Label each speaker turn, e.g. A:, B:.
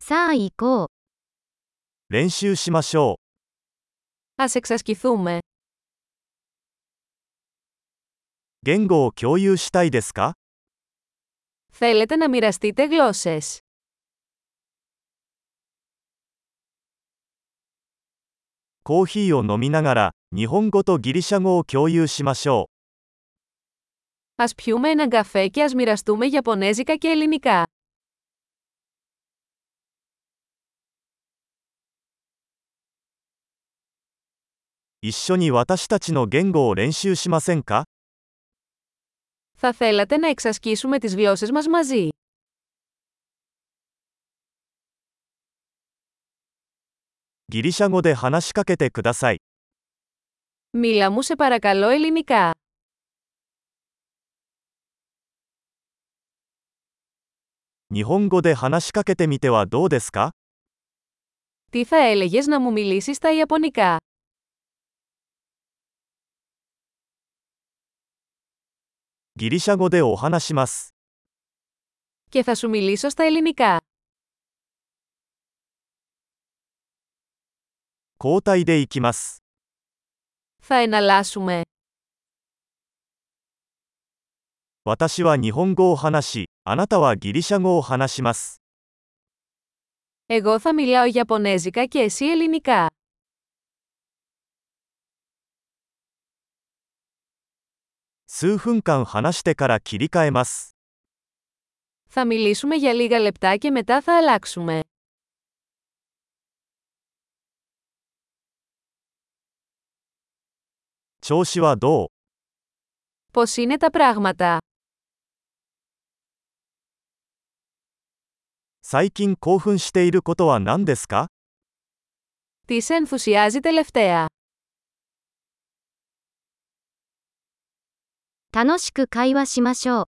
A: さあ行こう。
B: 練習しましょ
C: Ας εξασκηθούμε.
B: う。言語を共有したいですか
C: Θέλετε να μοιραστείτε γλώσσες.
B: コーヒーを飲みながら、日本語とギリシャ語を共有しましょ
C: Ας πιούμε έναν καφέ και ας μοιραστούμε Ιαπωνέζικα και Ελληνικά.
B: う。一緒に私たちの言語を練習しませんか
C: Θα θέλατε να εξασκήσουμε τις γλώσσες μας μαζί.
B: ギリシャ語で話しかけてください。
C: Μίλα μου σε παρακαλώ ελληνικά.
B: 日本語で話しかけてみてはどうですか
C: Τι θα έλεγες να μου μιλήσεις στα Ιαπωνικά.
B: ギリシャ語でお話します。
C: Και θα σου μιλήσω στα ελληνικά.
B: 交代でいきます。
C: Θα εναλλάσσουμε.
B: 私は日本語を話し、あなたはギリシャ語を話します。
C: Εγώ θα μιλάω Ιαπωνέζικα και εσύ Ελληνικά.
B: 数分間話してから切り替えます。
C: Θα μιλήσουμε για λίγα λεπτά και μετά θα αλλάξουμε.
B: 調子はどう
C: Πώς είναι τα πράγματα.
B: 最近興奮していることは何ですか
C: Τι σε ενθουσιάζει τελευταία.
A: 楽しく会話しましょう。